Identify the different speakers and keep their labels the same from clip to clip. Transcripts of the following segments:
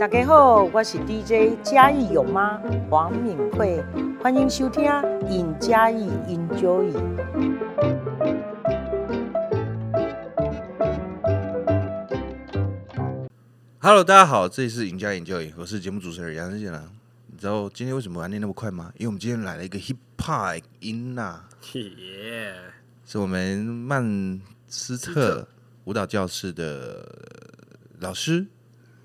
Speaker 1: 大家好，我是 DJ 嘉义有妈黄敏慧，欢迎收听《尹嘉义 Enjoy》。
Speaker 2: Hello，大家好，这里是赢家研究员，我是节目主持人杨志贤郎。你知道今天为什么我要念那么快吗？因为我们今天来了一个 hip hop 音呐、
Speaker 3: 耶！
Speaker 2: 是我们曼斯特舞蹈教室的老师，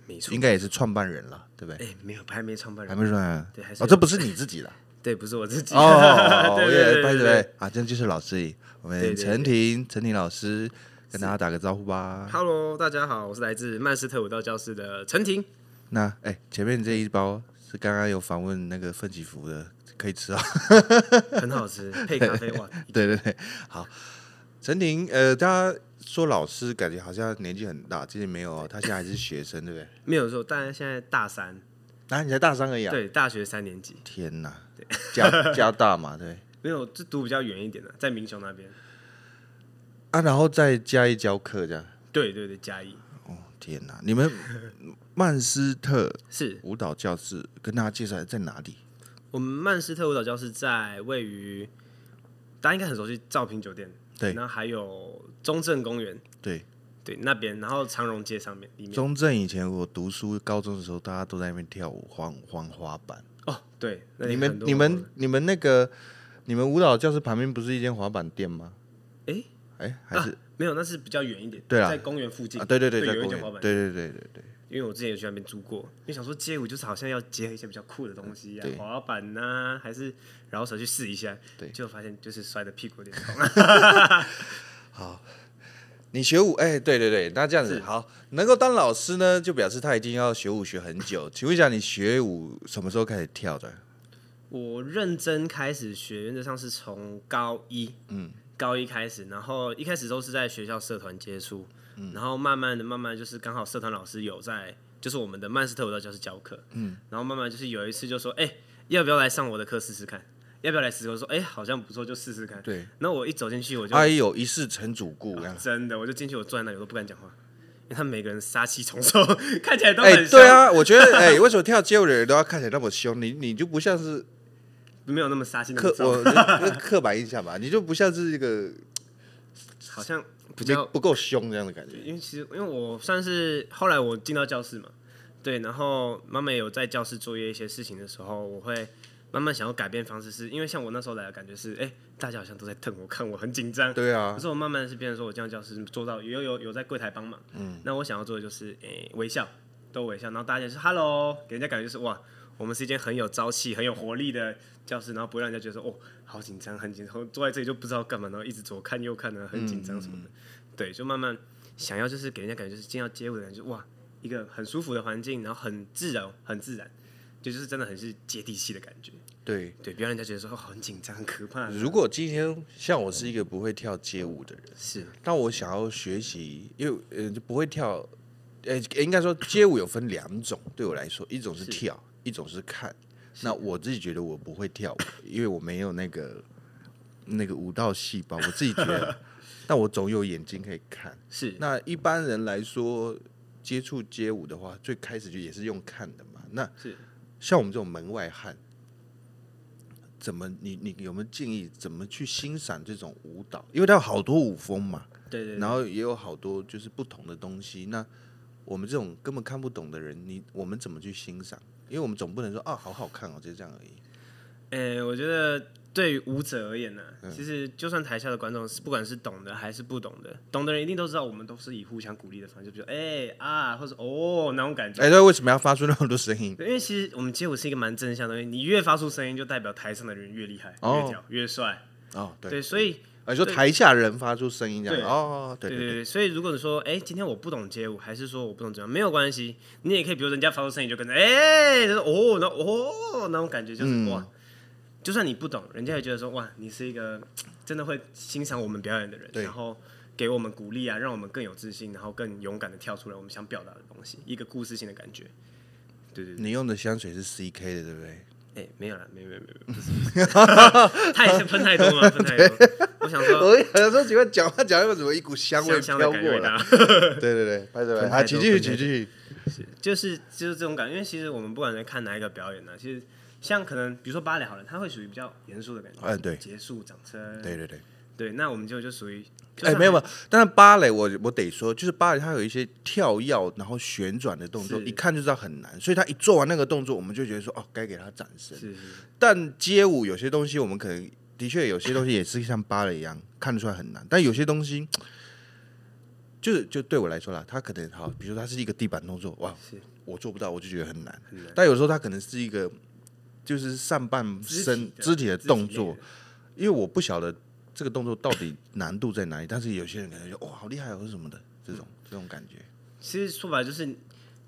Speaker 3: 没错
Speaker 2: 应，该也是创办人了，对不对？
Speaker 3: 哎，没有还没创办
Speaker 2: 还
Speaker 3: 人，
Speaker 2: 没创办人
Speaker 3: 对还
Speaker 2: 哦，
Speaker 3: 是有
Speaker 2: 这不是你自 己的
Speaker 3: 对，不是我自己。
Speaker 2: 哦 哦，哦
Speaker 3: 对
Speaker 2: 对
Speaker 3: 对
Speaker 2: 对
Speaker 3: 对
Speaker 2: 对啊，这就是老师，我
Speaker 3: 对
Speaker 2: 们
Speaker 3: 对对
Speaker 2: 陈婷陈婷老师跟大家打个招呼吧。
Speaker 3: Hello，大家好，我是来自曼斯特舞蹈教室的陈婷。
Speaker 2: 那哎、前面这一包是刚刚有访问那个奋起福的，可以吃啊。
Speaker 3: 很 好吃，配咖啡哇！
Speaker 2: 对对对，好，陈婷，呃，大家说老师感觉好像年纪很大，其实没有哦，他现在还是学生，对不对？
Speaker 3: 没有错，大家现在大三，
Speaker 2: 啊，你才大三而已啊！
Speaker 3: 对，大学三年级，
Speaker 2: 天哪，加加大嘛，对。
Speaker 3: 没有，就读比较远一点的，在民雄那边。
Speaker 2: 啊，然后再加一教课这样。
Speaker 3: 对对对，嘉义
Speaker 2: 哦，天哪！你 们曼斯特
Speaker 3: 是
Speaker 2: 舞蹈教室跟大家介绍一下在哪里？
Speaker 3: 我们曼斯特舞蹈教室在位于，大家应该很熟悉兆平酒店，
Speaker 2: 对
Speaker 3: 然后还有中正公园，
Speaker 2: 对，
Speaker 3: 对那边，然后长荣街上面里面。
Speaker 2: 中正以前我读书高中的时候，大家都在那边跳舞，晃晃滑板。
Speaker 3: 哦，对，那里
Speaker 2: 你
Speaker 3: 很
Speaker 2: 们
Speaker 3: 多
Speaker 2: 你们你们那个你们舞蹈教室旁边不是一间滑板店吗？
Speaker 3: 诶
Speaker 2: 哎、还是、
Speaker 3: 啊没有，那是比较远一点，
Speaker 2: 对啊
Speaker 3: 在公园附近
Speaker 2: 啊，对对对，在
Speaker 3: 有一
Speaker 2: 公
Speaker 3: 间
Speaker 2: 园
Speaker 3: 滑板，
Speaker 2: 对对对对对，
Speaker 3: 因为我之前也去那边住过，因为想说街舞就是好像要结合一些比较酷的东西啊
Speaker 2: 对，
Speaker 3: 滑板呐、还是然后手去试一下，
Speaker 2: 对
Speaker 3: 结果发现就是摔的屁股有点痛。
Speaker 2: 你学舞，哎、对对对，那这样子好，能够当老师呢，就表示他一定要学舞学很 久。请问一下，你学舞什么时候开始跳的？
Speaker 3: 我认真开始学，原则上是从高一，嗯，高一开始，然后一开始都是在学校社团接触，
Speaker 2: 嗯
Speaker 3: 然后慢慢的、慢慢地就是刚好社团老师有在，就是我们的曼斯特舞蹈教室教课，嗯，然后慢慢就是有一次就说，哎、要不要来上我的课试试看？要不要来试试看？我说，哎、好像不错，就试试看。
Speaker 2: 对，
Speaker 3: 那我一走进去，我就、
Speaker 2: 哎呦，一世成主顾，这样
Speaker 3: 真的，我就进去，我坐在那里，我都不敢讲话，因为他们每个人杀气重 重，看起来都
Speaker 2: 哎、
Speaker 3: 很、
Speaker 2: 对，啊，我觉得，哎、为什么跳街舞的人都要看起来那么凶？你你就不像是
Speaker 3: 没有那么杀气那么
Speaker 2: 刻
Speaker 3: 重，
Speaker 2: 我那刻板印象吧，你就不像是一个
Speaker 3: 好像比
Speaker 2: 比
Speaker 3: 较
Speaker 2: 较不够凶这样的感觉。
Speaker 3: 因为其实因为我算是后来我进到教室嘛，对，然后妈妈有在教室作业一些事情的时候，我会慢慢想要改变方式是，因为像我那时候来的感觉是，哎、大家好像都在瞪我，看我很紧张。
Speaker 2: 对啊
Speaker 3: 可，是我慢慢是变成说，我进到教室做到有有有在柜台帮忙，嗯，那我想要做的就是，哎、微笑，都微笑，然后大家就是 hello，给人家感觉就是哇，我们是一间很有朝气、很有活力的教室，然后不会让人家觉得说，哦，好紧张，很紧张，坐在这里就不知道干嘛，然后一直左看右看啊，很紧张什么的，对，就慢慢想要就是给人家感觉就是进到街舞的感觉，哇，一个很舒服的环境，然后很自然，很自然，就就是真的很是接地气的感觉，
Speaker 2: 对。
Speaker 3: 对，不要让人家觉得说哦很紧张、很可怕，
Speaker 2: 如果今天像我是一个不会跳街舞的人，
Speaker 3: 是
Speaker 2: 但我想要学习，因为呃就不会跳，呃应该说街舞有分两种，对我来说，一种是
Speaker 3: 是
Speaker 2: 跳，一种是看。那我自己觉得我不会跳舞，因为我没有那个那个舞蹈细胞，我自己觉得。 但我总有眼睛可以看。
Speaker 3: 是
Speaker 2: 那一般人来说，接触街舞的话，最开始就也是用看的嘛。那
Speaker 3: 是。
Speaker 2: 像我们这种门外汉，怎么你你有没有建议怎么去欣赏这种舞蹈？因为它有好多舞风嘛，
Speaker 3: 对对对，
Speaker 2: 然后也有好多就是不同的东西。那我们这种根本看不懂的人，你我们怎么去欣赏？因为我们总不能说啊，好好看哦，就这样而已。
Speaker 3: 诶、我觉得对于舞者而言呢、
Speaker 2: 嗯
Speaker 3: 其实就算台下的观众是不管是懂的还是不懂的，懂的人一定都知道，我们都是以互相鼓励的方式，就比如哎、啊，或者哦那种感觉。
Speaker 2: 哎，那为什么要发出那么多声音？
Speaker 3: 对因为其实我们街舞是一个蛮正向的东西，你越发出声音，就代表台上的人越厉害、
Speaker 2: 哦
Speaker 3: 越屌、越帅。
Speaker 2: 哦，对，
Speaker 3: 对，所以
Speaker 2: 啊，你说台下人发出声音这样，
Speaker 3: 对
Speaker 2: 哦，对
Speaker 3: 对
Speaker 2: 对
Speaker 3: 对
Speaker 2: 对，
Speaker 3: 对，所以如果你说，哎、今天我不懂街舞，还是说我不懂怎么样，没有关系，你也可以，比如人家发出声音你就跟着，哎、就是哦，那哦那种感觉就是、
Speaker 2: 嗯
Speaker 3: 哇，就算你不懂，人家也觉得说哇，你是一个真的会欣赏我们表演的人，
Speaker 2: 对
Speaker 3: 然后给我们鼓励啊，让我们更有自信，然后更勇敢的跳出来我们想表达的东西，一个故事性的感觉。对对对，
Speaker 2: 你用的香水是 CK 的，对不对？
Speaker 3: 哎、没有了，没有没有没有没有不是， 不是太喷太多了，喷太 多。我想说，
Speaker 2: 我有时候喜欢呃讲话讲，为什么一股香味
Speaker 3: 香香的
Speaker 2: 飘
Speaker 3: 感
Speaker 2: 过
Speaker 3: 觉
Speaker 2: 来？
Speaker 3: 啦。
Speaker 2: 对对对，拍着拍，
Speaker 3: 喷太
Speaker 2: 啊，
Speaker 3: 多
Speaker 2: 请继续，
Speaker 3: 喷太
Speaker 2: 请
Speaker 3: 多
Speaker 2: 继续。
Speaker 3: 是，就是就是这种感觉，因为其实我们不管在看哪一个表演呢、啊其实像可能比如说芭蕾好了，它会属于比较严肃的感觉，
Speaker 2: 哎对
Speaker 3: 结束掌声，
Speaker 2: 对对对。
Speaker 3: 对，那我们就就属于，就
Speaker 2: 哎，
Speaker 3: 是
Speaker 2: 没有没
Speaker 3: 还
Speaker 2: 有，但是芭蕾我我得说，就是芭蕾它有一些跳跃然后旋转的动作，
Speaker 3: 是
Speaker 2: 一看就知道很难，所以他一做完那个动作，我们就觉得说哦，该给他掌声。
Speaker 3: 是是
Speaker 2: 但街舞有些东西，我们可能的确有些东西也是像芭蕾一样看得出来很难，但有些东西就是就对我来说啦，它可能好，比如说它是一个地板动作，哇
Speaker 3: 是，
Speaker 2: 我做不到，我就觉得很难。
Speaker 3: 很难
Speaker 2: 但有时候它可能是一个就是上半
Speaker 3: 肢体
Speaker 2: 身
Speaker 3: 的
Speaker 2: 肢体的
Speaker 3: 肢体
Speaker 2: 动
Speaker 3: 类
Speaker 2: 作
Speaker 3: 的，
Speaker 2: 因为我不晓得这个动作到底难度在哪里，但是有些人可能就哇好厉害哦，或者什么的这种这种感觉。
Speaker 3: 其实说白了就是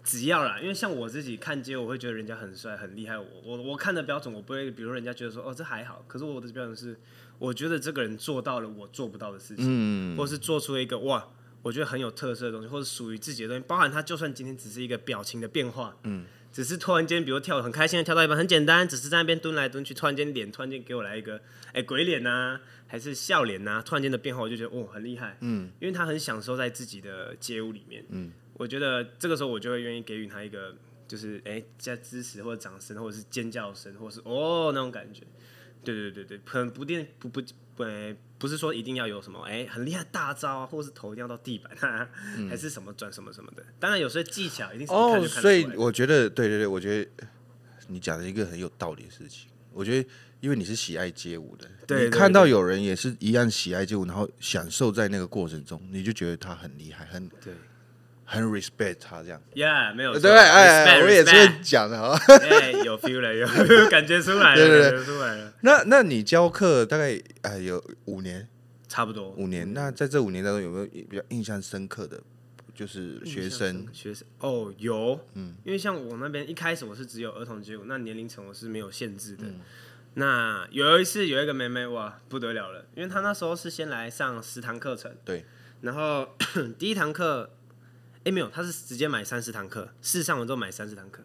Speaker 3: 只要啦，因为像我自己看街，我会觉得人家很帅很厉害。我我我看的标准，我不会，比如说人家觉得说哦这还好，可是我的标准是，我觉得这个人做到了我做不到的事情，嗯、或是做出了一个哇。我觉得很有特色的东西，或者属于自己的东西，包含他就算今天只是一个表情的变化，嗯，只是突然间，比如跳得很开心的跳到一半，很简单，只是在那边蹲来蹲去，突然间脸突然间给我来一个，哎、鬼脸呐、还是笑脸呐、突然间的变化，我就觉得哦很厉害，嗯，因为他很享受在自己的街舞里面，
Speaker 2: 嗯
Speaker 3: 我觉得这个时候我就会愿意给予他一个就是哎加支持或者掌声或者是尖叫声或者是哦那种感觉。对对对对，可能不定不不不、呃不是说一定要有什么哎很厉害的大招啊，或者是头一定要到地板啊，还是什么转什么什么的。当然有时候技巧一定是一看
Speaker 2: 嗯哦，
Speaker 3: 就看
Speaker 2: 所
Speaker 3: 得
Speaker 2: 以
Speaker 3: 出来的。
Speaker 2: 我觉得，对对对，我觉得你讲了一个很有道理的事情。我觉得，因为你是喜爱街舞的，
Speaker 3: 对
Speaker 2: 你
Speaker 3: 对
Speaker 2: 看到
Speaker 3: 对
Speaker 2: 有人也是一样喜爱街舞，然后享受在那个过程中，你就觉得他很厉害，很
Speaker 3: 对
Speaker 2: 很 respect 他这样。
Speaker 3: ，Yeah，没有
Speaker 2: 对
Speaker 3: 错啊
Speaker 2: 不对，哎，
Speaker 3: respect，
Speaker 2: 我也是
Speaker 3: respect
Speaker 2: 会讲的啊。
Speaker 3: 哎，有 feel 了，有 感觉出来了，
Speaker 2: 对对对
Speaker 3: 感觉出来了，
Speaker 2: 那那你教课大概哎有五年，
Speaker 3: 差不多。
Speaker 2: 五年。那在这五年当中，有没有比较印象深刻的，就是学生？
Speaker 3: 学生哦，有，嗯，因为像我那边一开始我是只有儿童街舞，那年龄层我是没有限制的。
Speaker 2: 嗯
Speaker 3: 那有一次有一个妹妹哇不得了了，因为她那时候是先来上十堂课程，
Speaker 2: 对，
Speaker 3: 然后 第一堂课，哎、没有，她是直接买三十堂课，试上完之后买三十堂课。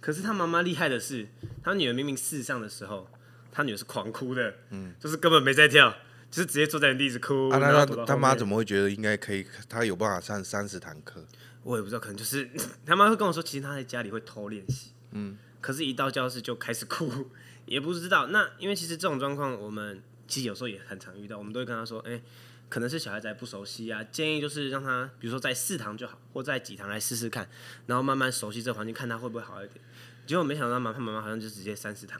Speaker 3: 可是她妈妈厉害的是，她女儿明明试上的时候，她女儿是狂哭的，嗯，就是根本没在跳，就是直接坐在原地一直哭。
Speaker 2: 啊，
Speaker 3: 然后
Speaker 2: 那
Speaker 3: 躲到
Speaker 2: 他他
Speaker 3: 后
Speaker 2: 妈
Speaker 3: 面
Speaker 2: 怎么会觉得应该可以？他有办法上三十堂课？
Speaker 3: 我也不知道，可能就是 他妈会跟我说，其实他在家里会偷练习，嗯，可是，一到教室就开始哭， 也不知道。那因为其实这种状况，我们其实有时候也很常遇到，我们都会跟他说，哎、可能是小孩子还不熟悉啊，建议就是让他，比如说在四堂就好，或在几堂来试试看，然后慢慢熟悉这环境，看他会不会好一点。结果没想到嘛，他妈妈好像就直接三十堂，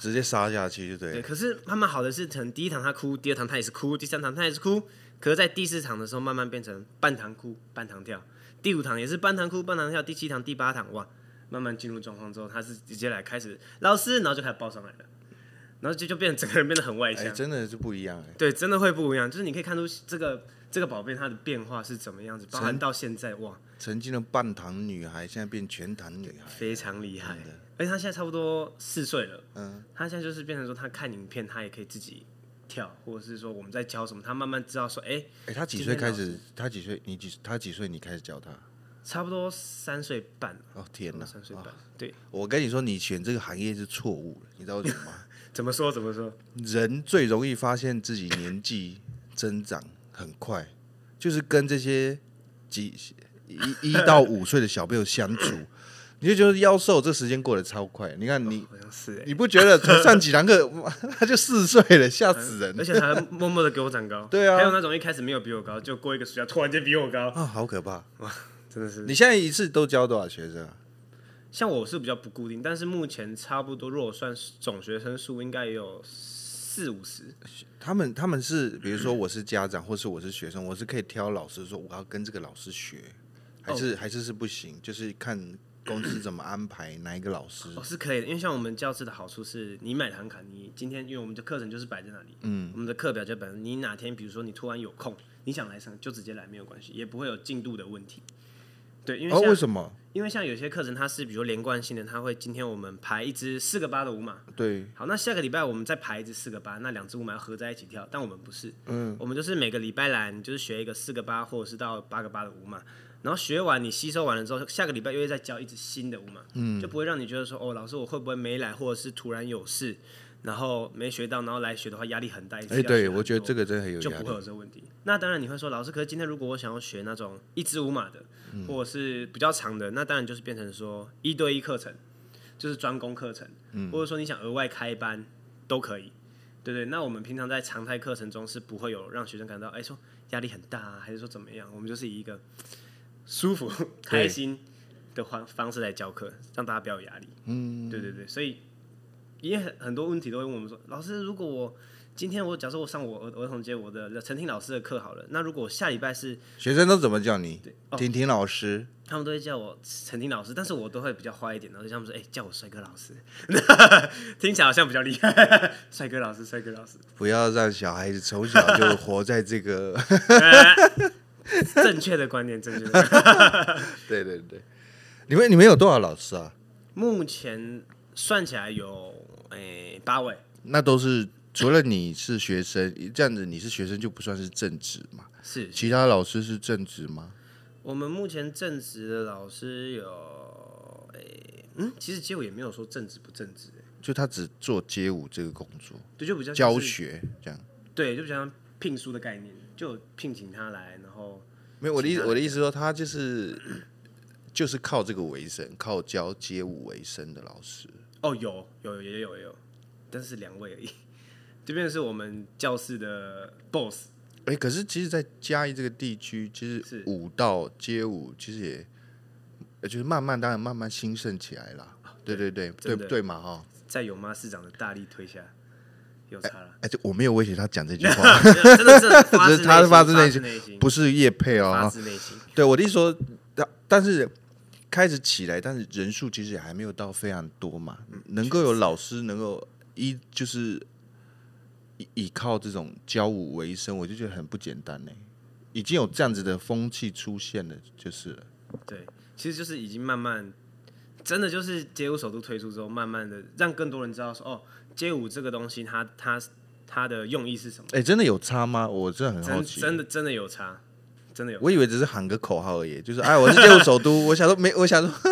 Speaker 2: 直接杀下去就对了
Speaker 3: 对。。可是慢慢好的是，可能第一堂他哭，第二堂他也是哭，第三堂他也是哭。可是，在第四堂的时候，慢慢变成半堂哭，半堂跳；第五堂也是半堂哭，半堂跳；第七堂、第八堂，哇，慢慢进入状况之后，他是直接来开始老师，然后就开始抱上来了，然后就就变成整个人变得很外
Speaker 2: 哎、
Speaker 3: 向。
Speaker 2: 真的是不一样哎、
Speaker 3: 对，真的会不一样，就是你可以看出这个这个宝贝它的变化是怎么样子，包含到现在，哇，
Speaker 2: 曾经的半糖女孩，现在变全糖女孩。
Speaker 3: 非常厉害
Speaker 2: 真的。
Speaker 3: 而且他现在差不多四岁了，
Speaker 2: 嗯，
Speaker 3: 他现在就是变成说，他看影片，他也可以自己跳，或者是说我们在教什么，他慢慢知道说，哎、
Speaker 2: 哎、她几岁开始？她几岁？你几？她几岁？你开始教她？
Speaker 3: 差不多三岁半了，
Speaker 2: 哦天哪！
Speaker 3: 三岁半
Speaker 2: 哦，
Speaker 3: 对，
Speaker 2: 我跟你说，你选这个行业是错误的，你知道为什么吗？
Speaker 3: 怎么说怎么说，
Speaker 2: 人最容易发现自己年纪增长很快，就是跟这些几一一到五岁的小朋友相处，你就觉得妖兽这时间过得超快。你看你，
Speaker 3: 好像是 哎、
Speaker 2: 你不觉得才上几堂课， 哇他就四岁了，吓死人了
Speaker 3: 而且他还默默的给我长高，
Speaker 2: 对啊
Speaker 3: 还有那种一开始没有比我高，就过一个暑假突然间比 我高，
Speaker 2: 啊！好可怕！
Speaker 3: 真的是。
Speaker 2: 你现在一次都教多少学生啊？
Speaker 3: 像我是比较不固定，但是目前差不多，如果算总学生数，应该也有四五十。
Speaker 2: 他们他们是，比如说我是家长，或是我是学生，我是可以挑老师说我要跟这个老师学，还是、还是是不行，就是看公司怎么安排哪一个老师。
Speaker 3: 哦，是可以的，因为像我们教室的好处是，你买堂卡，你今天因为我们的课程就是摆在那里，嗯，我们的课表就摆在那里，你哪天比如说你突然有空，你想来上就直接来，没有关系，也不会有进度的问题。对，因为
Speaker 2: 哦，
Speaker 3: 像、
Speaker 2: 为什么？
Speaker 3: 因为像有些课程它是比如说连贯性的，它会今天我们排一支四个八的舞码，
Speaker 2: 对，
Speaker 3: 好，那下个礼拜我们再排一支四个八，那两支舞码要合在一起跳，但我们不是，嗯，我们就是每个礼拜来，你就是学一个四个八或者是到八个八的舞码，然后学完你吸收完了之后，下个礼拜又会再教一支新的舞码，嗯，就不会让你觉得说哦，老师我会不会没来，或者是突然有事，然后没学到，然后来学的话压力很大，一直
Speaker 2: 哎、
Speaker 3: 要学
Speaker 2: 对，
Speaker 3: 很
Speaker 2: 我觉得
Speaker 3: 多
Speaker 2: 这个真的很有
Speaker 3: 就
Speaker 2: 压
Speaker 3: 不会有
Speaker 2: 力。
Speaker 3: 这个问题。那当然你会说，老师，可是今天如果我想要学那种一支舞码的，或者是比较长的，那当然就是变成说一对一课程，就是专攻课程，
Speaker 2: 嗯
Speaker 3: 或者说你想额外开班都可以。对对，那我们平常在常态课程中是不会有让学生感到哎说压力很大、啊，还是说怎么样，我们就是以一个舒服、开心的方方式来教课，让大家不要有压力。嗯，对对对，所以也很很多问题都会问我们说，老师，如果我今天我假设我上我儿儿童节我的陈婷老师的课好了，那如果我下礼拜是
Speaker 2: 学生都怎么叫你？
Speaker 3: 哦
Speaker 2: 婷婷老师，
Speaker 3: 他们都会叫我陈婷老师，但是我都会比较坏一点，然后就他们说，哎、叫我帅哥老师， 听起来好像比较厉害，帅哥老师，帅哥老师，
Speaker 2: 不要让小孩子从小就活在这个。
Speaker 3: 正确的观念，正确的观 念。
Speaker 2: 对对对，你们你们有多少老师啊？
Speaker 3: 目前算起来有哎八、位，
Speaker 2: 那都是除了你是学生，这样子你是学生就不算是正职嘛？
Speaker 3: 是
Speaker 2: 其他老师是正职吗？
Speaker 3: 我们目前正职的老师有哎、嗯，其实街舞也没有说正职不正职、哎
Speaker 2: 就他只做街舞这个工作，
Speaker 3: 对，就比较像
Speaker 2: 教
Speaker 3: 是
Speaker 2: 学这样。
Speaker 3: 对，就比较像聘书的概念，就有聘请他来，然后
Speaker 2: 没有我的意
Speaker 3: 其
Speaker 2: 思，
Speaker 3: 他
Speaker 2: 我的意思说他就是就是靠这个为生，靠教街舞为生的老师。
Speaker 3: 哦，有有也有也有，但是两位而已。 这边是我们教室的 boss，
Speaker 2: 哎、可是其实，在嘉义这个地区，其实
Speaker 3: 是
Speaker 2: 舞蹈街舞其实也，呃就是慢慢当然慢慢兴盛起来啦。对对对，对
Speaker 3: 啊真的
Speaker 2: 对嘛哈。
Speaker 3: 在有妈市长的大力推下，有差 了，啊
Speaker 2: 哎、这我没有威胁他讲 这句话，
Speaker 3: 没有真的是
Speaker 2: 只 是他发
Speaker 3: 发自
Speaker 2: 自
Speaker 3: 内
Speaker 2: 内心
Speaker 3: 心内心，
Speaker 2: 不是叶配 哦。
Speaker 3: 发
Speaker 2: 哈
Speaker 3: 自内心，
Speaker 2: 对我的意思说，但但是开始起来，但是人数其实也还没有到非常多嘛，
Speaker 3: 嗯
Speaker 2: 能够有老师能够依就是依依靠这种教舞为生，我就觉得很不简单呢。已经有这样子的风气出现了，就是了。
Speaker 3: 对，其实就是已经慢慢，真的就是街舞首都推出之后，慢慢的让更多人知道说，哦，街舞这个东西它，它它的用意是什么？
Speaker 2: 哎、真的有差吗？我真的很好
Speaker 3: 真
Speaker 2: 奇。
Speaker 3: 真的真的有差，真的有，
Speaker 2: 我以为只是喊个口号而已，就是哎，我是街舞首都。我想说没，我想说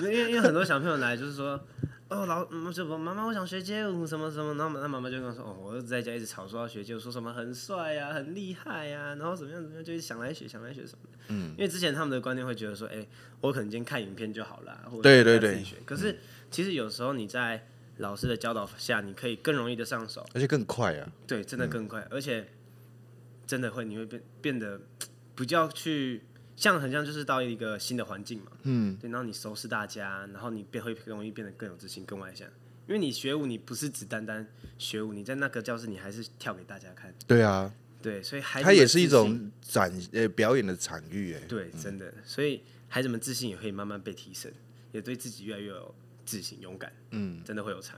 Speaker 3: 因为因为因为很多小朋友来就是说，哦老嗯就妈妈我想学街舞什么什么，然后妈那妈妈就跟我说，哦我儿子在家一直吵说要学街舞，说什么很帅呀、很厉害呀、然后怎么样怎么样，就是想来学想来学什么的。嗯，因为之前他们的观念会觉得说，哎、我可能今天看影片就好啊啦，或者
Speaker 2: 对
Speaker 3: 在
Speaker 2: 对
Speaker 3: 家自己学。可是其实有时候你在老师的教导下，你可以更容易的上手，
Speaker 2: 而且更快啊！
Speaker 3: 对，真的更快，而且真的会你会变变得比较去像很像就是到一个新的环境嘛，嗯，对，然后你熟识大家，然后你变会更容易变得更有自信、更外向，因为你学舞你不是只单单学舞，你在那个教室你还是跳给大家看，
Speaker 2: 对啊，
Speaker 3: 对，所以孩子
Speaker 2: 它也
Speaker 3: 们
Speaker 2: 是一
Speaker 3: 自信
Speaker 2: 种展呃表演的场域哎。
Speaker 3: 对，真的，所以孩子们自信也会慢慢被提升，也对自己越来越有自信、勇敢，嗯，真的会有差。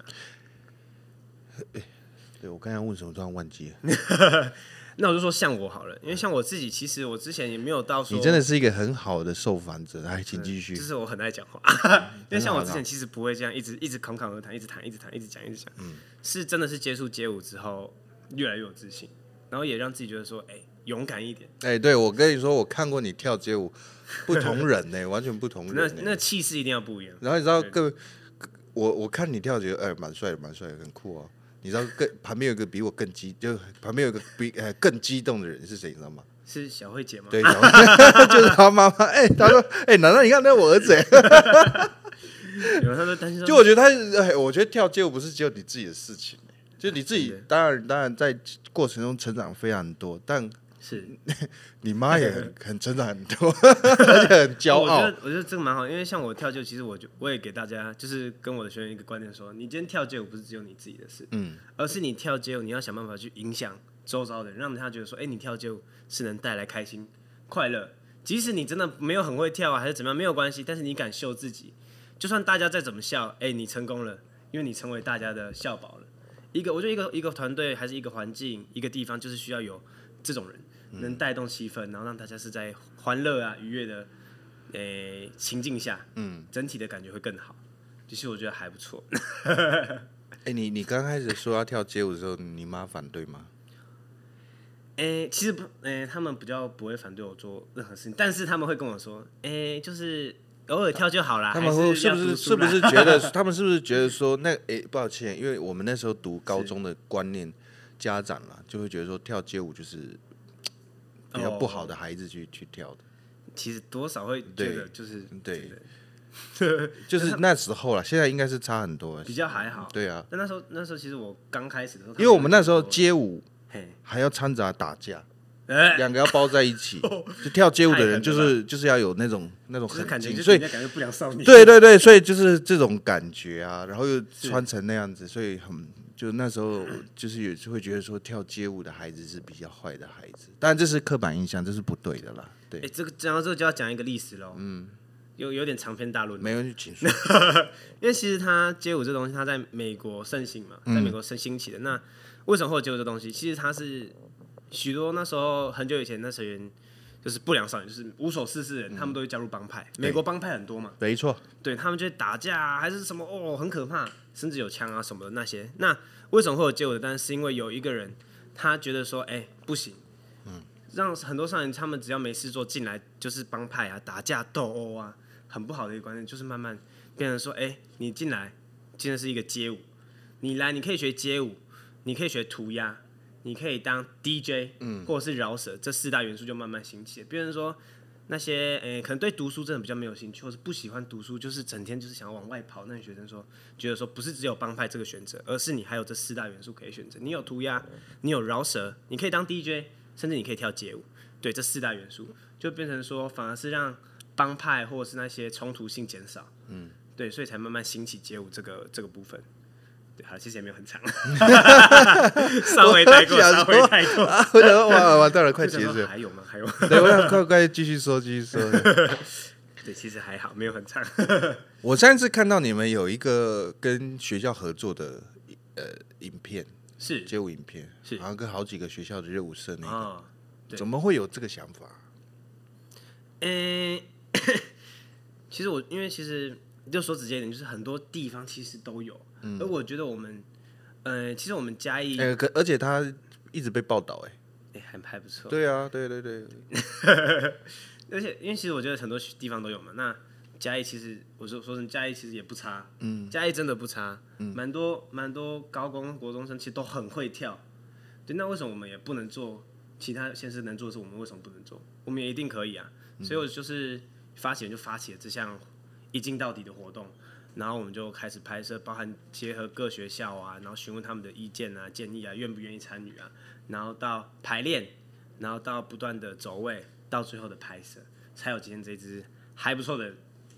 Speaker 2: 对我刚才问什么突然忘记了。
Speaker 3: 那我就说像我好了，因为像我自己，其实我之前也没有到说
Speaker 2: 你真的是一个很好的受访者，哎，请继续
Speaker 3: 就。是我很爱讲话，
Speaker 2: 嗯
Speaker 3: 因为像我之前其实不会这样，一直一直侃侃而谈，一直谈，一直谈，一直讲，一直讲。
Speaker 2: 嗯
Speaker 3: 是真的是接触街舞之后，越来越有自信，然后也让自己觉得说，哎、勇敢一点。
Speaker 2: 哎、对我跟你说，我看过你跳街舞，不同人呢、完全不同
Speaker 3: 那
Speaker 2: 人、呢。
Speaker 3: 那气势一定要不一样。
Speaker 2: 然后你知道更，我我看你跳觉得，哎、蛮帅的，蛮帅的，很酷哦。你知道更旁边有一个比我更激，就旁边有一个比呃更激动的人是谁，你知道吗？
Speaker 3: 是小慧姐吗？
Speaker 2: 对，然后就是他妈妈。哎、他说，哎、楠楠，你看那我儿子、
Speaker 3: 嗯
Speaker 2: 哎
Speaker 3: 有他说担 心
Speaker 2: 就
Speaker 3: 说，
Speaker 2: 我觉得他是，哎，我觉得跳街舞不是只有你自己的事情、哎就你自己
Speaker 3: 真的，
Speaker 2: 当然当然在过程中成长非常多，但
Speaker 3: 是
Speaker 2: 你妈也很很成长很多， 而且很骄
Speaker 3: 我觉
Speaker 2: 傲
Speaker 3: 得。我觉得这个蛮好，因为像我跳就，其实我就我也给大家，就是跟我的学员一个观念说，你今天跳街舞不是只有你自己的事，嗯，而是你跳街舞，你要想办法去影响周遭的人，让他觉得说，哎、你跳街舞是能带来开心、快乐，即使你真的没有很会跳啊，还是怎么样，没有关系，但是你敢秀自己，就算大家再怎么笑，哎、你成功了，因为你成为大家的笑宝了。一个，我觉得一个一个团队还是一个环境、一个地方，就是需要有这种人，
Speaker 2: 嗯
Speaker 3: 能带动气氛，然后让大家是在欢乐啊、愉悦的诶、情境下，嗯，整体的感觉会更好。其实我觉得还不错。
Speaker 2: 哎、你你刚开始说要跳街舞的时候，你妈反对吗？
Speaker 3: 诶、其实不，诶、他们比较不会反对我做任何事情，但是他们会跟我说，诶、就是偶尔跳就好啦。
Speaker 2: 他们
Speaker 3: 啊还
Speaker 2: 会
Speaker 3: 是
Speaker 2: 是
Speaker 3: 要
Speaker 2: 不是
Speaker 3: 读
Speaker 2: 是
Speaker 3: 书
Speaker 2: 不
Speaker 3: 啦
Speaker 2: 是觉得 他们是不是觉得说那哎、抱歉，因为我们那时候读高中的观念，家
Speaker 3: 哦
Speaker 2: 长啦就会觉得说跳街舞就是比较不好的孩子去去跳的。
Speaker 3: 其实多少会觉得就是
Speaker 2: 对
Speaker 3: 真的
Speaker 2: 就是那时候啦，现在应该是差很多了。
Speaker 3: 比较还好。
Speaker 2: 对啊，
Speaker 3: 但那时候那时候其实我刚开始的时候，
Speaker 2: 因为我们那时候街舞
Speaker 3: 嘿，
Speaker 2: 还要掺杂打 架，
Speaker 3: 哎，
Speaker 2: 两个要包在一起，就跳街舞的人
Speaker 3: 哦太
Speaker 2: 就
Speaker 3: 狠了吧
Speaker 2: 是就是要有那种那种
Speaker 3: 就是
Speaker 2: 狠
Speaker 3: 感觉
Speaker 2: 劲，
Speaker 3: 就是
Speaker 2: 所以
Speaker 3: 人家感觉不良少年。
Speaker 2: 对对对，所以就是这种感觉啊，然后又穿成那样子，所以很就那时候就是也是会觉得说跳街舞的孩子是比较坏的孩子，当然这是刻板印象，这是不对的啦。
Speaker 3: 哎，
Speaker 2: 对，
Speaker 3: 这个讲到这个就要讲一个历史喽，嗯，有有点长篇大论，
Speaker 2: 没有请 说。
Speaker 3: 因为其实它街舞这东西，它在美国盛行嘛，在美国盛兴起的。那为什么会有街舞这东西？其实它是许多那时候很久以前那时候人就是不良少年，就是无所事事的人，他们都会加入帮派。美国帮派很多嘛，
Speaker 2: 没错，
Speaker 3: 对他们就会打架啊，还是什么哦，很可怕，甚至有枪啊什么的那些。那为什么会有街舞的单？是因为有一个人他觉得说，哎、不行，让很多少年他们只要没事做进来就是帮派啊、打架斗殴啊，很不好的一个观念，就是慢慢变成说，哎、你进来进的是一个街舞，你来你可以学街舞，你可以学涂鸦。你可以当 DJ，嗯，或者是饶舌，这四大元素就慢慢兴起了。变成说，那些诶、呃可能对读书真的比较没有兴趣，或是不喜欢读书，就是整天就是想要往外跑。那些学生说，觉得说不是只有帮派这个选择，而是你还有这四大元素可以选择。你有涂鸦，你有饶舌，你可以当 DJ，甚至你可以跳街舞。对，这四大元素就变成说，反而是让帮派或者是那些冲突性减少。嗯，对，所以才慢慢兴起街舞这个这个部分。对，好，其实也没有 很长，稍微带过，
Speaker 2: 我想
Speaker 3: 稍
Speaker 2: 说
Speaker 3: 微带过。
Speaker 2: 啊，我想说完完蛋了， 快
Speaker 3: 就
Speaker 2: 结
Speaker 3: 想说
Speaker 2: 束。
Speaker 3: 还有吗？还有吗？
Speaker 2: 对，我想快快继续说，继续说。
Speaker 3: 对，其实还好，没有很长。
Speaker 2: 我上次看到你们有一个跟学校合作的呃影片，
Speaker 3: 是
Speaker 2: 街舞影片，
Speaker 3: 是
Speaker 2: 然后跟好几个学校的热舞社那个，
Speaker 3: 啊， 对
Speaker 2: 怎么会有这个想法？
Speaker 3: 嗯、其实我因为其实就说直接一点，就是很多地方其实都有，
Speaker 2: 嗯
Speaker 3: 而我觉得我们，呃，其实我们嘉义，哎、
Speaker 2: 呃，可而且他一直被报道，哎，
Speaker 3: 还还不错，
Speaker 2: 对啊，对对对，
Speaker 3: 而且因为其实我觉得很多地方都有嘛，那嘉义其实我说说真的，嘉义其实也不差，嗯，嘉义真的不差，嗯，蛮多蛮多高中国中生其实都很会跳，对，那为什么我们也不能做其他县市能做的事，我们为什么不能做？我们也一定可以啊，所以我就是发起人就发起了这项一镜到底的活动。然后我们就开始拍摄，包含结合各学校啊，然后询问他们的意见啊、建议啊，愿不愿意参与啊，然后到排练，然后到不断的走位，到最后的拍摄，才有今天这支还不错的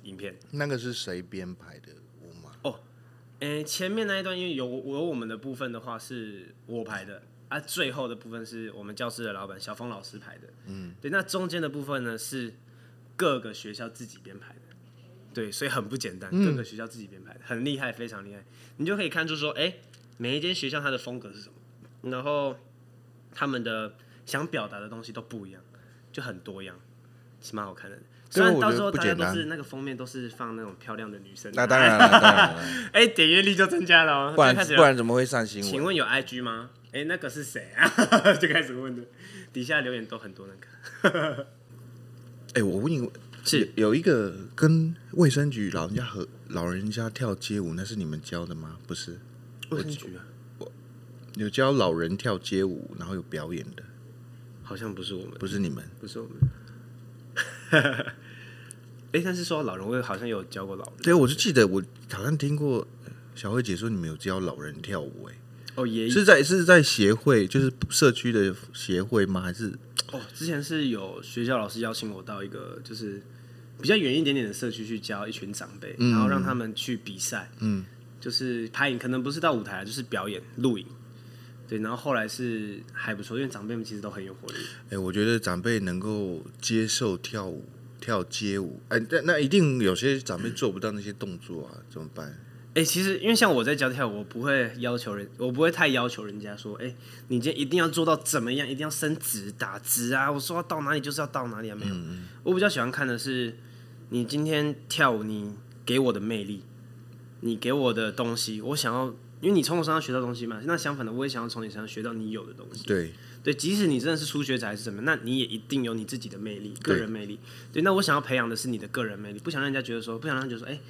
Speaker 3: 影片。
Speaker 2: 那个是谁编排的舞吗？
Speaker 3: 诶、前面那一段因为有我有我们的部分的话是我排的啊，最后的部分是我们教室的老板小峰老师排的。嗯，对，那中间的部分呢是各个学校自己编排的。对，所以很不简单，
Speaker 2: 嗯
Speaker 3: 各个学校自己编排的，很厉害，非常厉害。你就可以看出说，诶，每一间学校它的风格是什么，然后他们的想表达的东西都不一样，就很多样，是蛮好看的。虽然
Speaker 2: 我觉
Speaker 3: 到
Speaker 2: 得
Speaker 3: 时候
Speaker 2: 不
Speaker 3: 大家
Speaker 2: 简
Speaker 3: 都
Speaker 2: 单
Speaker 3: 是那个封面都是放那种漂亮的女生，
Speaker 2: 那当然了，当然 了，
Speaker 3: 哎、点阅率就增加了、哦。
Speaker 2: 不然
Speaker 3: 嗯就开始
Speaker 2: 不然怎么会上新
Speaker 3: 请
Speaker 2: 闻？
Speaker 3: 问有 IG 吗？哎、那个是谁啊？ 就开始问的，底下留言都很多那个。
Speaker 2: 哎、我问你，
Speaker 3: 是
Speaker 2: 有有一个跟卫生局老人家和老人家跳街舞，那是你们教的吗？不是，
Speaker 3: 卫生局啊？
Speaker 2: 有教老人跳街舞，然后有表演的，
Speaker 3: 好像不是我们，
Speaker 2: 不是你们。
Speaker 3: 不是我们。哎、但是说到老人，我好像有教过老人。
Speaker 2: 对，我就记得我好像听过小慧姐说你们有教老人跳舞、
Speaker 3: 哦，也
Speaker 2: 哎，
Speaker 3: 有
Speaker 2: 是在是在协会，就是社区的协会吗？还是
Speaker 3: 哦，之前是有学校老师邀请我到一个就是比较远一点点的社区去教一群长辈，然后让他们去比赛，
Speaker 2: 嗯，
Speaker 3: 就是拍影，可能不是到舞台，啊就是表演录影。对，然后后来是还不错，因为长辈们其实都很有活力。
Speaker 2: 哎、我觉得长辈能够接受跳舞、跳街舞，哎、那那一定有些长辈做不到那些动作啊，怎么办？
Speaker 3: 哎、其实因为像我在教跳舞，我不会要求人，我不会太要求人家说，哎、你今天一定要做到怎么样，一定要伸直打直啊！我说要到哪里就是要到哪里啊，没有。我比较喜欢看的是，你今天跳舞，你给我的魅力，你给我的东西，我想要，因为你从我身上学到东西嘛。那相反的，我也想要从你身上学到你有的东西。
Speaker 2: 对，
Speaker 3: 对，即使你真的是初学者还是怎么样，那你也一定有你自己的魅力，个
Speaker 2: 对
Speaker 3: 人魅力。对，那我想要培养的是你的个人魅力，不想让人家觉得说，不想让人家觉得说，哎、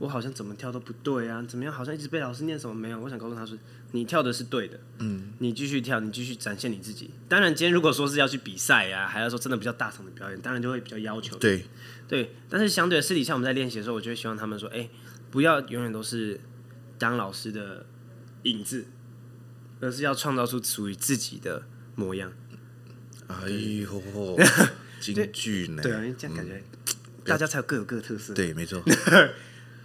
Speaker 3: 我好像怎么跳都不对啊，怎么样好像一直被老师念什么没有。我想告诉他说，你跳的是对的，嗯，你继续跳，你继续展现你自己。当然，今天如果说是要去比赛啊，还要说真的比较大场的表演，当然就会比较要求。
Speaker 2: 对，
Speaker 3: 对，但是相对的私底下我们在练习的时候，我就会希望他们说，哎、不要永远都是当老师的影子，而是要创造出属于自己的模样。
Speaker 2: 哎呦， 京剧呢？
Speaker 3: 对啊，因为这样感觉、大家才有各有各的特色。
Speaker 2: 对，没错。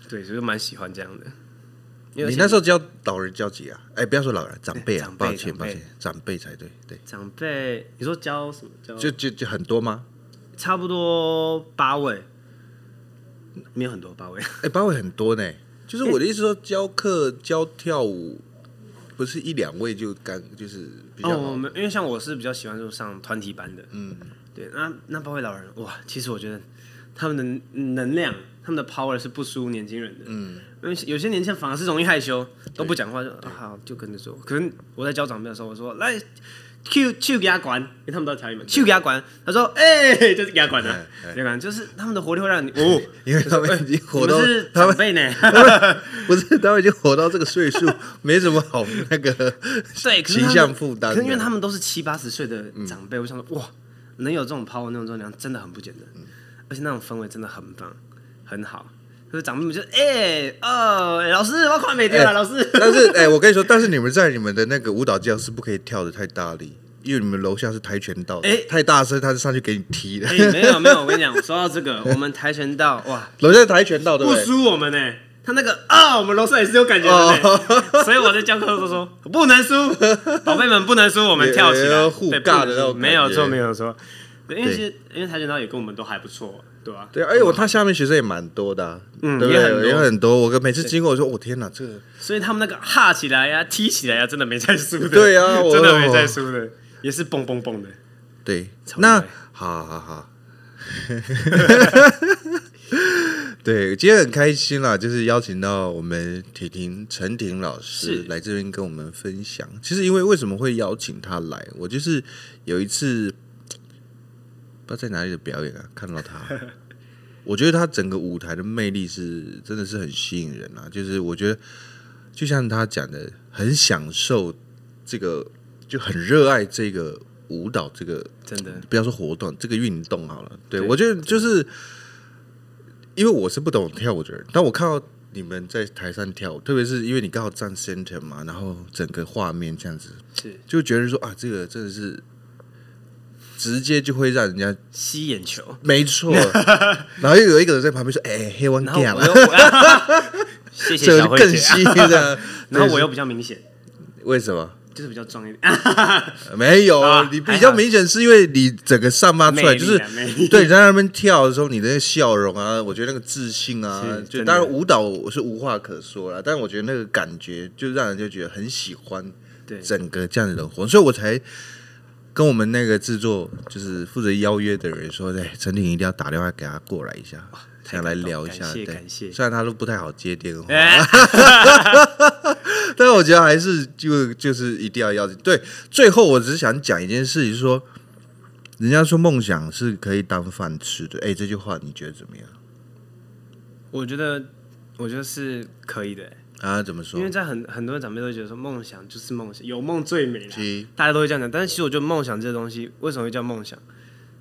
Speaker 3: 对，所以我蛮喜欢这样的。因为
Speaker 2: 你那时候教老人教几啊？哎，不要说老人，长辈啊
Speaker 3: 长，辈
Speaker 2: 抱歉
Speaker 3: 长
Speaker 2: 抱
Speaker 3: 辈
Speaker 2: 歉，长辈才对，对，
Speaker 3: 长辈，你说教什么教？
Speaker 2: 就就就很多吗？
Speaker 3: 差不多八位，没有很多八位。
Speaker 2: 哎，八位很多呢。就是我的意思说，教课教跳舞，不是一两位就干，就是比较
Speaker 3: 哦，我
Speaker 2: 好
Speaker 3: 们因为像我是比较喜欢就上团体班的，嗯，对，那那八位老人哇，其实我觉得他们的能量、他们的 power 是不输年轻人的，嗯，因为有些年轻人反而是容易害羞，都不讲话就啊好就跟着做。可能我在教长辈的时候，我说来。Q Q 给他管，因为他们都在调理门，Q 给他管，他说：“ 哎、就是给他管啊，给他管，就是他们的活力会让你哦，
Speaker 2: 因为他们已经
Speaker 3: 我
Speaker 2: 活
Speaker 3: 们
Speaker 2: 到
Speaker 3: 是
Speaker 2: 他
Speaker 3: 长
Speaker 2: 们
Speaker 3: 辈呢，
Speaker 2: 不是他们已经活到这个 岁数，没什么好那个
Speaker 3: 对，可是他
Speaker 2: 形
Speaker 3: 们
Speaker 2: 象负担的嗯
Speaker 3: 可是因为他们都是七八十岁的长辈，我想说，哇，能有这种 power 那种重量真的很不简单，
Speaker 2: 嗯
Speaker 3: 而且那种氛围真的很棒，很好。就是长辈们就哎、哦，老师我快没丢了，
Speaker 2: 哎
Speaker 3: 老师。
Speaker 2: 但是哎、我跟你说，但是你们在你们的那个舞蹈教室不可以跳的太大力，因为你们楼下是跆拳道的，
Speaker 3: 哎
Speaker 2: 太大声他就上去给你踢的。
Speaker 3: 哎、没有没有，我跟你讲，说到这个，我们跆拳道哇，
Speaker 2: 楼下是跆拳道对
Speaker 3: 不
Speaker 2: 不对？
Speaker 3: 输我们呢、他那个啊、我们楼上也是有感觉的、呢。
Speaker 2: 哦
Speaker 3: 所以我在教课的时候说不能输，宝贝们不能输，我们跳起
Speaker 2: 也也
Speaker 3: 来
Speaker 2: 要互
Speaker 3: 对
Speaker 2: 尬
Speaker 3: 不
Speaker 2: 的
Speaker 3: 能
Speaker 2: 那种
Speaker 3: 输没有
Speaker 2: 感觉
Speaker 3: 错没有错，对因为
Speaker 2: 对
Speaker 3: 其实因为跆拳道也跟我们都还不错，对吧、
Speaker 2: 对，哎、我他下面学生也蛮多的啊、
Speaker 3: 嗯
Speaker 2: 对不对？
Speaker 3: 也很多
Speaker 2: 也很多。我跟每次经过，我说我、哦天哪，这个
Speaker 3: 所以他们那个哈起来呀、踢起来呀、啊真的没在输的。
Speaker 2: 对啊我
Speaker 3: 真的没在输的，也是蹦蹦蹦的。
Speaker 2: 对，
Speaker 3: 超
Speaker 2: 那
Speaker 3: 厉害
Speaker 2: 好好好， 对，今天很开心啦，就是邀请到我们铁婷陈婷老师
Speaker 3: 是
Speaker 2: 来这边跟我们分享。其实因为为什么会邀请他来，我就是有一次不知道在哪里的表演啊，看到他。我觉得他整个舞台的魅力是真的是很吸引人啊！就是我觉得，就像他讲的，很享受这个，就很热爱这个舞蹈这个
Speaker 3: 真的，
Speaker 2: 不要说活动，这个运动好了。对
Speaker 3: 对
Speaker 2: 我觉得就是，因为我是不懂跳舞的人，但我看到你们在台上跳舞，特别是因为你刚好站 center 嘛，然后整个画面这样子，
Speaker 3: 是
Speaker 2: 就觉得说啊，这个真的是直接就会让人家
Speaker 3: 吸眼球。
Speaker 2: 没 错。然后又有一个人在旁边说：“哎、黑王
Speaker 3: 然后我
Speaker 2: g
Speaker 3: 又
Speaker 2: 了。
Speaker 3: 我，谢”谢
Speaker 2: 这
Speaker 3: 小
Speaker 2: 就
Speaker 3: 慧
Speaker 2: 更
Speaker 3: 姐
Speaker 2: 吸
Speaker 3: 啊。
Speaker 2: 引人。
Speaker 3: 然后我又比较明显，
Speaker 2: 为什么？
Speaker 3: 就是比较壮一点，
Speaker 2: 啊没有，
Speaker 3: 啊
Speaker 2: 你比较
Speaker 3: 还好
Speaker 2: 明显是因为你整个散发出来
Speaker 3: 魅
Speaker 2: 就是
Speaker 3: 力啊魅力。
Speaker 2: 对，你在那边跳的时候，你的那个笑容啊， 我觉得那个自信啊
Speaker 3: 是，
Speaker 2: 就
Speaker 3: 真的
Speaker 2: 当然舞蹈我是无话可说了，但我觉得那个感觉就让人就觉得很喜欢
Speaker 3: 对，
Speaker 2: 整个这样子的活动，所以我才跟我们那个制作就是负责邀约的人说，对，陈婷一定要打电话给他过来一下，
Speaker 3: 太
Speaker 2: 想来
Speaker 3: 感动
Speaker 2: 聊一下，
Speaker 3: 感谢
Speaker 2: 对啊
Speaker 3: 感谢
Speaker 2: 虽然他都不太好接电话，
Speaker 3: 哎，
Speaker 2: 但我觉得还是就就是一定要邀请。对，最后我只是想讲一件事情，是说人家说梦想是可以当饭吃的，哎，这句话你觉得怎么样？
Speaker 3: 我觉得我觉得是可以的，
Speaker 2: 啊，怎么说
Speaker 3: 因？为在很很多长辈都会觉得说梦想就是梦想，有梦最美啦
Speaker 2: 是，
Speaker 3: 大家都会这样讲。但是其实我觉得梦想这个东西为什么会叫梦想，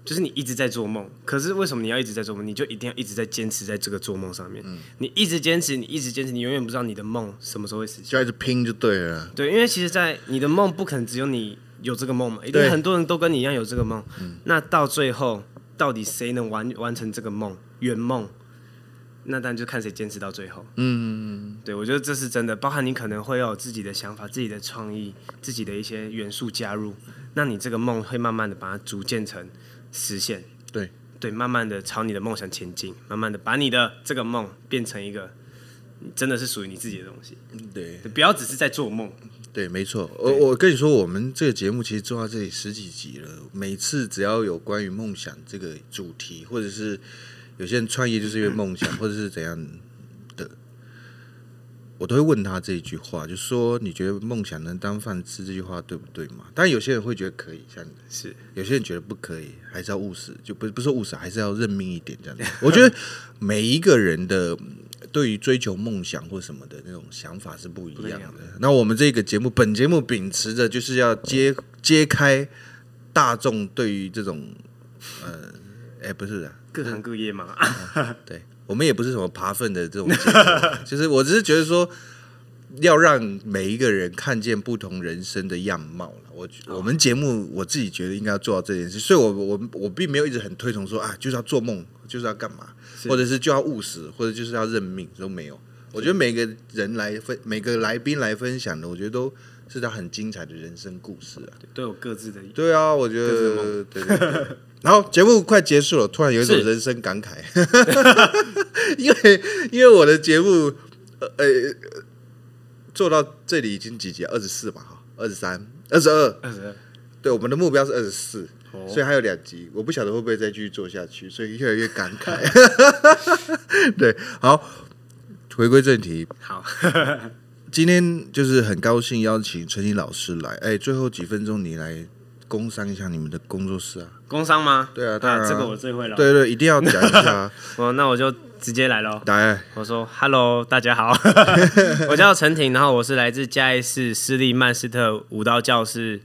Speaker 3: 就是你一直在做梦。可是为什么你要一直在做梦？你就一定要一直在坚持在这个做梦上面。你一直坚持，你一直坚持，你永远不知道你的梦什么时候会实现。
Speaker 2: 就一直拼就对了啦。
Speaker 3: 对，因为其实，在你的梦不可能只有你有这个梦嘛，一
Speaker 2: 对
Speaker 3: 定很多人都跟你一样有这个梦。那到最后，到底谁能完完成这个梦圆梦？那当然就看谁坚持到最后。嗯对，我觉得这是真的，包含你可能会要有自己的想法、自己的创意、自己的一些元素加入，那你这个梦会慢慢的把它逐渐成实现。
Speaker 2: 对
Speaker 3: 对，慢慢的朝你的梦想前进，慢慢的把你的这个梦变成一个真的是属于你自己的东西，
Speaker 2: 对
Speaker 3: 对不要只是在做梦。
Speaker 2: 对，没错。我我跟你说，我们这个节目其实做到这里十几集了，每次只要有关于梦想这个主题，或者是有些人创业就是因为梦 想，或者是怎样的，我都会问他这一句话，就说你觉得梦想能当饭吃这句话对不对嘛？当然有些人会觉得可以，像你
Speaker 3: 是
Speaker 2: 有些人觉得不可以，还是要务实，就不不是说务实，还是要认命一点这样子。我觉得每一个人的嗯对于追求梦想或什么的那种想法是不一
Speaker 3: 不一
Speaker 2: 样
Speaker 3: 样
Speaker 2: 的。那我们这个节目，本节目秉持着就是要揭揭开大众对于这种，呃，哎，不是啊，
Speaker 3: 各行各 业嘛，
Speaker 2: 对我们也不是什么扒粪的这种节目啊，就是我只是觉得说，要让每一个人看见不同人生的样貌了。我我们节目我自己觉得应该要做到这件事，所以我我我并没有一直很推崇说啊，就是要做梦，就是要干嘛，或者是就要务实，或者就是要认命，都没有。我觉得每个人来分，每个来宾来分享的，我觉得都是他很精彩的人生故事啊。
Speaker 3: 对都有各自的。
Speaker 2: 对啊，我觉
Speaker 3: 各
Speaker 2: 得
Speaker 3: 自的
Speaker 2: 对对对。 然后节目快结束了，突然有一种
Speaker 3: 是
Speaker 2: 人生感慨， 因为因为我的节目呃呃做到这里已经几集？二十四嘛，哈，二十三、二十二。
Speaker 3: 二十二
Speaker 2: 对，我们的目标是二十四，
Speaker 3: 哦
Speaker 2: 所以还有两集，我不晓得会不会再继续做下去，所以越来越感慨。 对，好，回归正题，
Speaker 3: 好，
Speaker 2: 今天就是很高兴邀请陈怡老师来，哎，最后几分钟你来工商一下你们的工作室啊。
Speaker 3: 工商吗？
Speaker 2: 对啊当然啊
Speaker 3: 这个我最会了。
Speaker 2: 对对，一定要讲一 下。
Speaker 3: 哦，那我就直接来喽。
Speaker 2: 来，
Speaker 3: 我说：“Hello，大家好，我叫陈婷，然后我是来自嘉义市私立曼斯特舞蹈教室。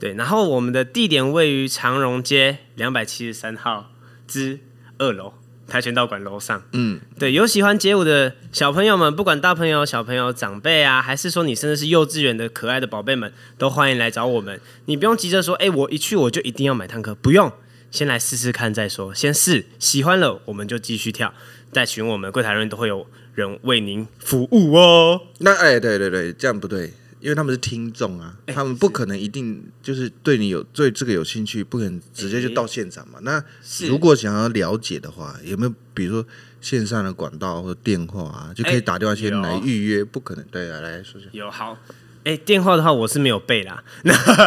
Speaker 3: 对，然后我们的地点位于长荣街两百七十三号之二楼跆拳道馆楼上。
Speaker 2: 嗯，
Speaker 3: 对，有喜欢街舞的小朋友们，不管大朋友、小朋友、长辈啊，还是说你甚至是幼稚园的可爱的宝贝们，都欢迎来找我们。你不用急着说，哎、我一去我就一定要买tank，不用，先来试试看再说，先试，喜欢了我们就继续跳，再询问我们柜台人都会有人为您服务哦。
Speaker 2: 那哎，对对对，这样不对，因为他们是听众啊，
Speaker 3: 哎
Speaker 2: 他们不可能一定就是对你有对这个有兴趣，不可能直接就到现场嘛。那
Speaker 3: 是
Speaker 2: 如果想要了解的话，有没有比如说线上的管道或者电话啊，就可以
Speaker 3: 哎
Speaker 2: 打电话先
Speaker 3: 有，
Speaker 2: 来预约？不可能，对啊，来说一下
Speaker 3: 有好，哎、电话的话我是没有背 啦，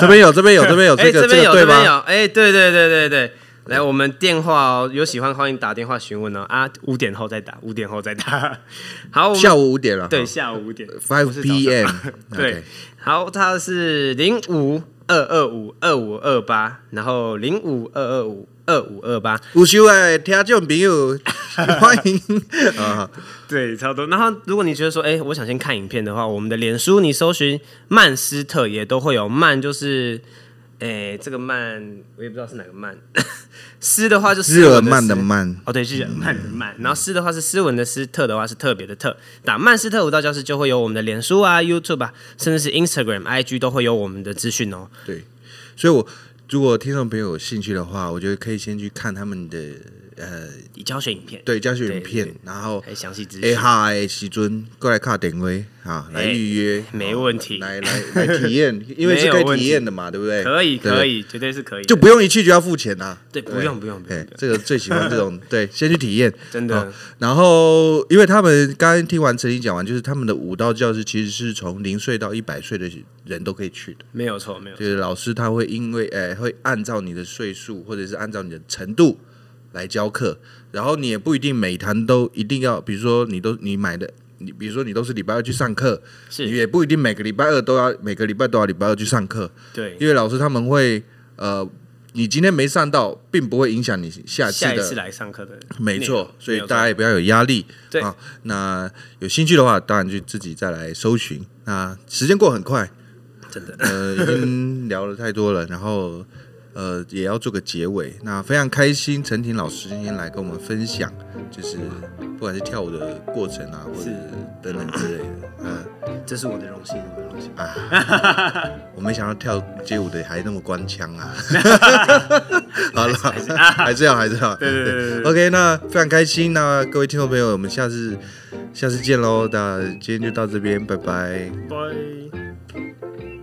Speaker 2: 这边有，这边有，这边有
Speaker 3: 哎，
Speaker 2: 这个
Speaker 3: 这边
Speaker 2: 个
Speaker 3: 有，
Speaker 2: 对
Speaker 3: 这边有
Speaker 2: 吗？，
Speaker 3: 哎，对对对对对，来，我们电话哦，有喜欢欢迎打电话询问哦，啊，五点后再打，五点后再打，好，我们
Speaker 2: 下午呃五点了，
Speaker 3: 对下午五点不
Speaker 2: ，five
Speaker 3: 是早上
Speaker 2: p.m.
Speaker 3: 对，好，它是零五二二五二五二八，然后零五二二五二五二八，
Speaker 2: 午休哎，听众朋友 欢迎 啊，
Speaker 3: 对，差不多。然后，如果你觉得说，哎、我想先看影片的话，我们的脸书你搜寻曼斯特也都会有曼，就是，哎、这个曼我也不知道是哪个曼，斯的话就
Speaker 2: 日
Speaker 3: 斯
Speaker 2: 耳
Speaker 3: 文
Speaker 2: 曼
Speaker 3: 斯
Speaker 2: 的曼，
Speaker 3: 哦，对，日耳曼的曼，然后斯的话是斯文的斯，特的话是特别的特。打曼斯特舞蹈教室就会有我们的脸书啊、YouTube 啊，甚至是 Instagram、IG 都会有我们的资讯哦。
Speaker 2: 对，所以我如果听众朋友有兴趣的话，我觉得可以先去看他们的呃
Speaker 3: 以教学影片，
Speaker 2: 对教学
Speaker 3: 对
Speaker 2: 影片
Speaker 3: 对，
Speaker 2: 然后
Speaker 3: 还有详细资
Speaker 2: 哎
Speaker 3: 讯。
Speaker 2: 哈哎时尊过来卡点位啊，来
Speaker 3: 哎
Speaker 2: 预约，
Speaker 3: 没
Speaker 2: 啊
Speaker 3: 问题
Speaker 2: 来来来体验， 因为
Speaker 3: 没
Speaker 2: 是
Speaker 3: 有
Speaker 2: 可以
Speaker 3: 问
Speaker 2: 体
Speaker 3: 题
Speaker 2: 验的嘛，对不对？
Speaker 3: 可以
Speaker 2: 对不对
Speaker 3: 可，以，绝对是可以的，
Speaker 2: 就不用一去就要付钱啊。
Speaker 3: 对，不用不用不用
Speaker 2: 哎
Speaker 3: 不，用，
Speaker 2: 这个最喜欢这 种，对，先去体验，
Speaker 3: 真
Speaker 2: 好
Speaker 3: 的
Speaker 2: 然后，因为他们刚刚听完陈怡讲完，就是他们的舞蹈教室其实是从零岁到一百岁的人都可以去的。
Speaker 3: 没有错没有错
Speaker 2: 就。是老师他会因为诶、呃会按照你的岁数或者是按照你的程度来教课，然后你也不一定每堂都一定要，比如说你都你买的，你比如说你都是礼拜二去上课，
Speaker 3: 是
Speaker 2: 你也不一定每个礼拜二都要每个礼拜都要礼拜二去上课，
Speaker 3: 对，
Speaker 2: 因为老师他们会呃。你今天没上到，并不会影响你下次
Speaker 3: 下一
Speaker 2: 的
Speaker 3: 次来上课的内容，
Speaker 2: 没错，所以
Speaker 3: 没有
Speaker 2: 大家也不要有压力。
Speaker 3: 对
Speaker 2: 啊，那有兴趣的话，当然就自己再来搜寻。那时间过很快，
Speaker 3: 真的
Speaker 2: 呃，已经聊了太多了，然后呃也要做个结尾。那非常开心，陈婷老师今天来跟我们分享，就是不管是跳舞的过程啊，或者
Speaker 3: 是
Speaker 2: 等等之类的。嗯、
Speaker 3: 错这是我的荣幸，我的荣幸。
Speaker 2: 我没想到跳街舞的还那么官腔啊！ 好了，还是要，还是要。对对对 OK，那非常开心，那各位听众朋友，我们下次下次见喽。那今天就到这边，拜拜。
Speaker 3: 拜。